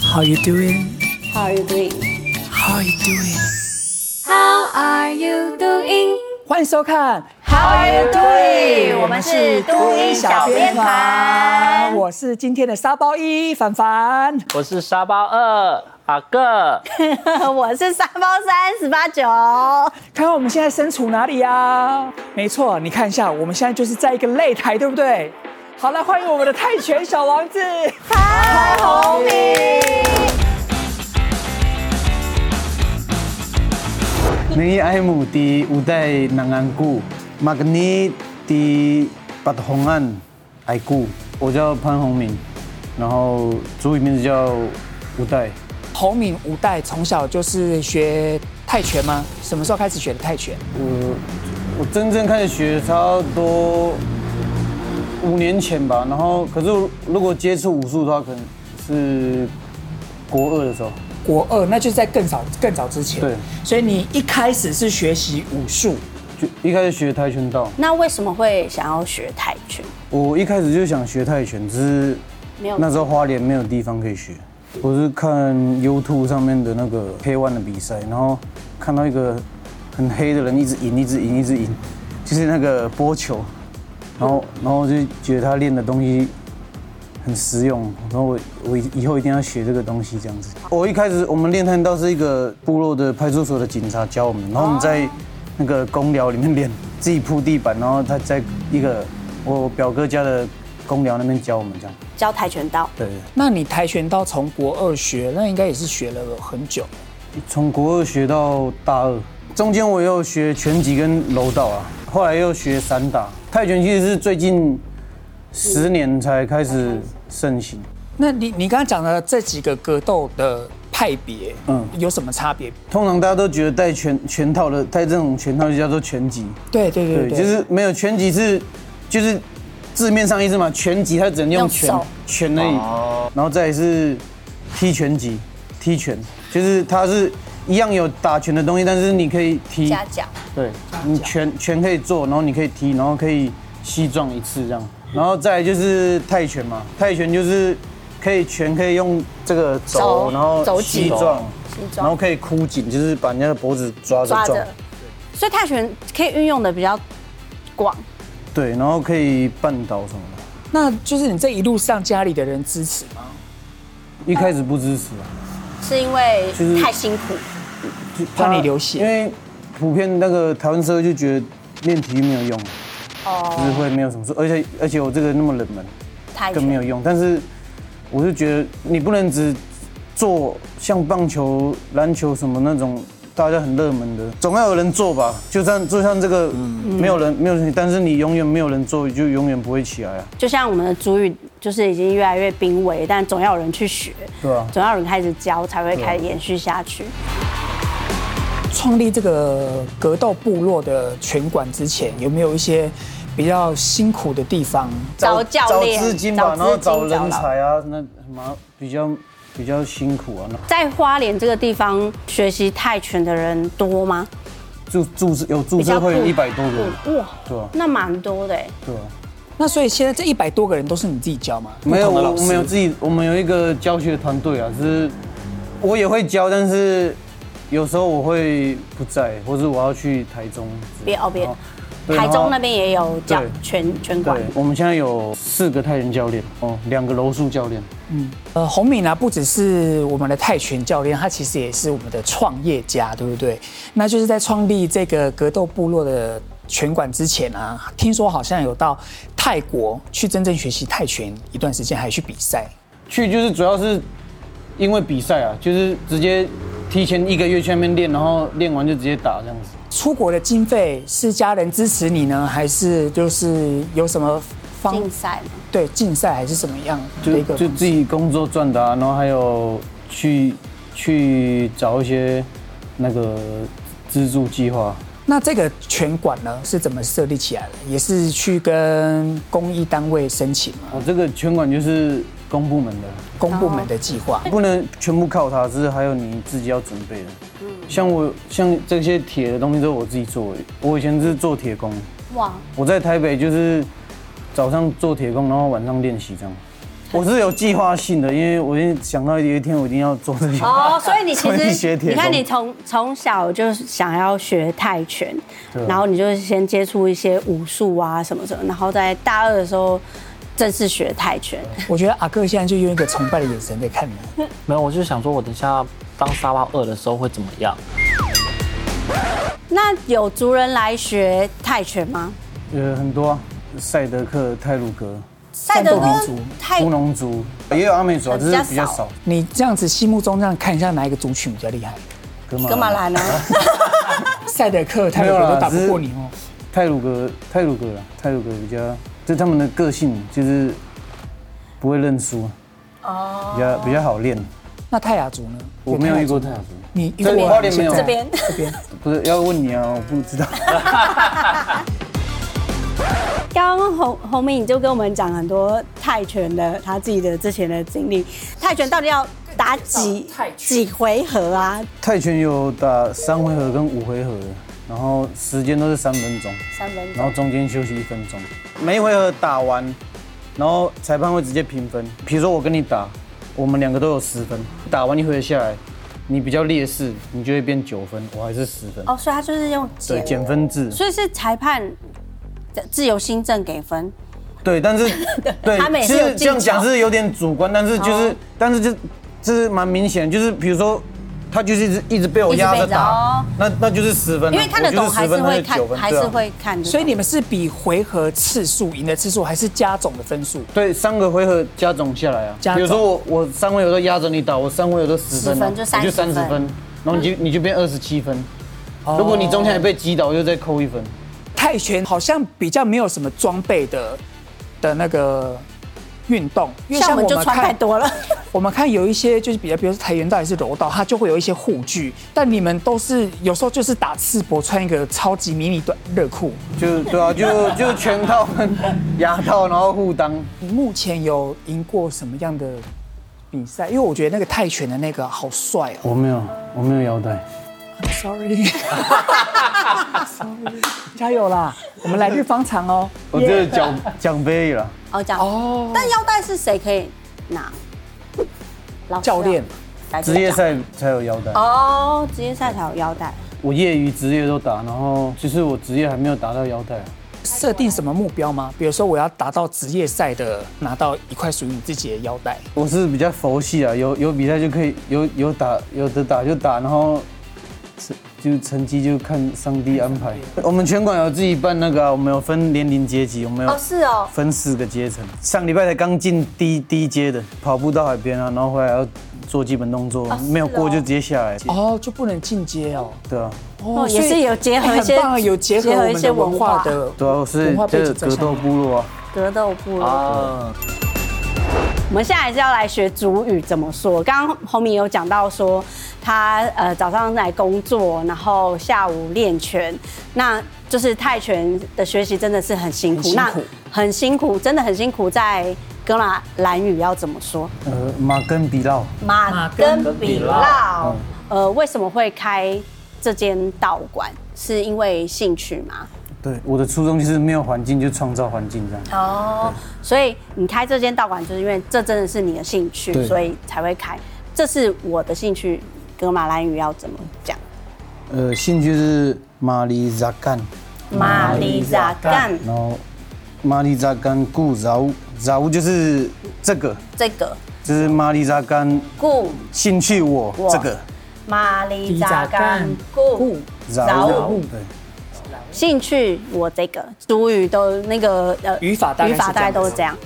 How you doing? How are you doing? How you doing? How are you doing? 欢迎收看 How are you doing？我们是都音小编团我是今天的沙包一凡凡。我是沙包二阿个， 我是三包三十八九，看看我们现在身处哪里呀、没错，你看一下，我们现在就是在一个擂台，对不对？好了，欢迎我们的泰拳小王子。潘宏明。 Ni aimu di udai nanganku, magni di pathongan aiku。我叫潘宏明，然后主语名字叫吴代，侯敏吴代从小就是学泰拳吗？什么时候开始学的泰拳？我我真正开始学差不多五年前吧，然后可是如果接触武术的话，可能是国二的时候。国二，那就是在更早更早之前。对，所以你一开始是学习武术，就一开始学跆拳道，那为什么会想要学泰拳？我一开始就想学泰拳，只没有是那时候花莲没有地方可以学。我是看 YouTube 上面的那个 K One 的比赛，然后看到一个很黑的人一直赢，一直赢，一直赢，就是那个波球，然后然后就觉得他练的东西很实用，然后我我以以后一定要学这个东西这样子。我一开始我们练跆拳道是一个部落的派出所的警察教我们，然后我们在那个公寮里面练，自己铺地板，然后他在一个我表哥家的公寮那边教我们这样。教跆拳道，对，那你跆拳道从国二学，那应该也是学了很久。从国二学到大二，中间我又学拳击跟柔道啊，后来又学散打。泰拳其实是最近十年才开始盛行。那你你刚刚讲的这几个格斗的派别，嗯嗯，有什么差别？通常大家都觉得戴拳拳套的，戴这种拳套就叫做拳击。对对对对，对，就是没有拳击是，就是字面上意思嘛，拳击它只能用拳用手拳而已，然后再来是踢拳击，踢拳就是它是一样有打拳的东西，但是你可以踢，家教。对，你拳拳可以做，然后你可以踢，然后可以膝撞一次这样，然后再来就是泰拳嘛，泰拳就是可以拳可以用这个手肘，然后肘膝击撞膝，撞然后可以箍紧，就是把人家的脖子抓着抓撞着。，所以泰拳可以运用的比较广。对，然后可以绊倒什么的。那就是你这一路上家里的人支持吗？一开始不支持啊，是因为就是太辛苦，就怕他你流血因为普遍那个台湾社会就觉得练体育没有用，哦就是会没有什么事，而且而且我这个那么冷门泰更没有拳用。但是我就觉得你不能只做像棒球、篮球什么那种大家很热门的，总要有人做吧。就像就像这个嗯没有人没有人，但是你永远没有人做，就永远不会起来啊。就像我们的主语，就是已经越来越濒危，但总要有人去学，对啊总要有人开始教，才会开始延续下去。创立这个格斗部落的拳馆之前，有没有一些比较辛苦的地方？找教练找资金吧，找资金然后找找人老才啊，那什么比较比较辛苦啊。那在花莲这个地方学习泰拳的人多吗？注注册有注册会员一百多个人，不哇，对啊那蛮多的哎。对吧？那所以现在这一百多个人都是你自己教吗？没有，不同的老我师我们有自己，我们有一个教学团队啊，就是我也会教，但是有时候我会不在，或是我要去台中之类别的，哦别然后，对台中那。然后边也有教对拳拳馆对，，我们现在有四个泰拳教练，哦，两个柔术教练，呃，洪敏啊，不只是我们的泰拳教练，他其实也是我们的创业家，对不对？那就是在创立这个格斗部落的拳馆之前啊，听说好像有到泰国去真正学习泰拳一段时间，还去比赛。去就是主要是因为比赛啊，就是直接提前一个月去那边练，然后练完就直接打这样子。出国的经费是家人支持你呢，还是就是有什么方竞赛嘛对竞赛还是什么样的就一个就自己工作赚的、啊，然后还有去去找一些那个资助计划，那这个拳馆呢是怎么设立起来的？也是去跟公益单位申请嘛，啊哦我这个拳馆就是公部门的，公部门的计划。哎不能全部靠它，是还有你自己要准备的。嗯像我像这些铁的东西都是我自己做的，我以前是做铁工，哇，哎我在台北就是早上做铁工，然后晚上练习这样。我是有计划性的，因为我已经想到有一天我一定要做这个。哦，所以你其 所以实学铁你看，工你从从小就是想要学泰拳对啊，然后你就是先接触一些武术啊什么什么，然后在大二的时候正式学泰拳。我觉得阿哥现在就用一个崇拜的眼神在看你。没有，我就想说，我等一下当沙包二的时候会怎么样？那有族人来学泰拳吗？呃，很多、啊，赛德克、泰鲁格、赛德战斗民族跟泰乌龙族，也有阿美族啊，只是哎比较少。你这样子心目中这样看一下，哪一个族群比较厉害？格格马兰呢？啊 赛德克、泰勒都打不过你哦。泰鲁格、泰鲁格啦，泰鲁格比较，就他们的个性就是不会认输，哦，比较比较好练。那泰雅族呢？我没有遇过泰雅族，你遇这过里吗花莲没有啊这边这边不是要问你啊，我不知 道。刚刚红红明就跟我们讲很多泰拳的他自己的之前的经历，泰拳到底要打几几回合啊？泰拳有打三回合跟五回合的，然后时间都是三分钟，三分然钟后。中间休息一分钟。每一回合打完，然后裁判会直接评分。比如说我跟你打，我们两个都有十分，打完一回合下来，你比较劣势，你就会变九分，我还是十分。哦，所以他就是用对，减，减分制。所以是裁判的自由新政给分。嗯 对，但是对他们也其是有实技巧这样讲是有点主观，但是就是哦，但是就这是蛮明显，就是比如说。他就是一直一直被我一压直着被着哦打，那那就是十分啊，因为看得我懂就还是10分会他就9看，分还对是啊会看的。所以你们是比回合次数赢的次数，还是加总的分数？对三个回合加总下来啊加。总比如说我我三回合都压着你打，我三回合都十分10啊，分就我就30分三十分，嗯哦然后你就你就变二十七分。如果你中间还被击倒，我就再扣一分。泰拳好像比较没有什么装备的的那个运动，因像我们就穿太看多了，我们看有一些就是比较，比如说跆拳道还是柔道，它就会有一些护具，但你们都是有时候就是打赤膊，穿一个超级迷你短热裤。就对啊，就就全套跟牙套，然后互当。你目前有赢过什么样的比赛？因为我觉得那个泰拳的那个好帅 哦我没有，我没有腰带。 ，sorry，加 油啦！我们来日方长哦。我这奖奖杯了， 哦这样。哦，但腰带是谁可以拿？老师啊教练，来职业赛才有腰带。哦，职业赛才有腰带。我业余职业都打，然后其实我职业还没有达到腰带啊。设定什么目标吗？比如说我要达到职业赛的，拿到一块属于你自己的腰带。我是比较佛系啊，有有比赛就可以，有有打有的打就打，然后是就成绩就看上帝安排。我们拳馆有自己办那个啊、我们有分年龄阶级，我们有哦，是哦。分四个阶层。上礼拜才刚进低低阶的，跑步到海边啊，然后回来要做基本动作，是哦没有过就直接下来。哦，就不能进阶哦。对啊，哦也是有结合一些很棒啊，有结合结合我一们些的文文化化的对啊，所以文化背这景个在格上斗面。部落啊，格斗部落。啊，我们现在还是要来学主语怎么说。刚刚红米有讲到说，他呃早上来工作，然后下午练拳，那就是泰拳的学习真的是很辛苦，很辛苦那很辛苦，真的很辛苦。在格马兰语要怎么说？呃，马根比绕。马根比拉。呃，为什么会开这间道馆？是因为兴趣吗？对，我的初衷就是没有环境就创造环境这样。哦，所以你开这间道馆，就是因为这真的是你的兴趣，对所以才会开。这是我的兴趣，格马兰语要怎么讲？呃，兴趣是马里扎干，马里扎干然后马里扎干顾饶饶就是这个，这个就是马里扎干故兴趣我我这个马里扎干故饶饶对，兴趣我这个主语都那个呃语法大概语是法大概这样都子是这样。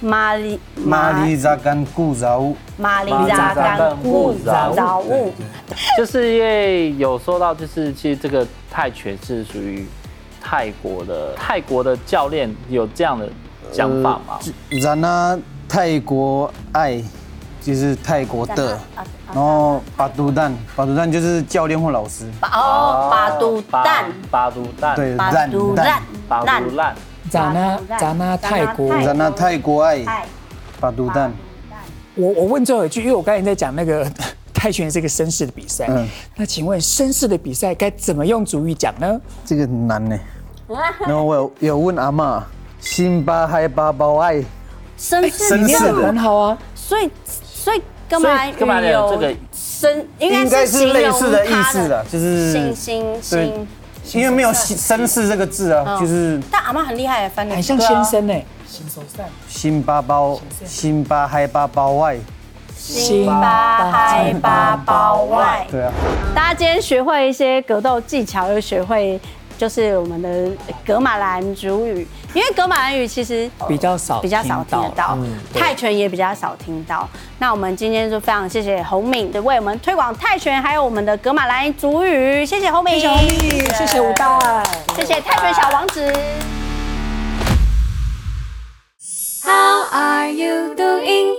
马里马里扎干顾饶马里扎干故饶物就是因为有说到，就是其实这个泰拳是属于泰国的，泰国的教练有这样的讲法吗？然后泰国爱就是泰国的啊啊，然后巴都蛋，巴都蛋就是教练或老师，巴哦巴杜蛋巴都蛋，对，巴杜蛋巴都烂，咱呢？咱咱呢？泰国。咱然后泰国爱爱巴都蛋，哎我我问最后一句，因为我刚才在讲那个 泰拳是一个绅士的比赛，嗯那请问绅士的比赛该怎么用主语讲呢？这个很难呢。然后我有有问阿妈，辛巴嗨巴包爱，绅士你绅念士的的很好啊，所以所以哥所以马哥马语兰有这有个绅，应应该该是是类似的意形思容的他，就是信心对心。因为没有绅士这个字啊，就是但阿妈很厉害，翻的很像先生啊哎，心手善，辛巴包、辛巴嗨巴包外，辛巴嗨巴包外。对啊，大家今天学会一些格斗技巧，又学会就是我们的格马兰族语，因为格马兰语其实比较少嗯比较少听得到，泰拳也比较少听到。那我们今天就非常谢谢洪敏，对，为我们推广泰拳，还有我们的格马兰族语，谢谢洪敏，谢谢红毅，谢谢吴大。谢谢泰拳小王子。 How are you doing?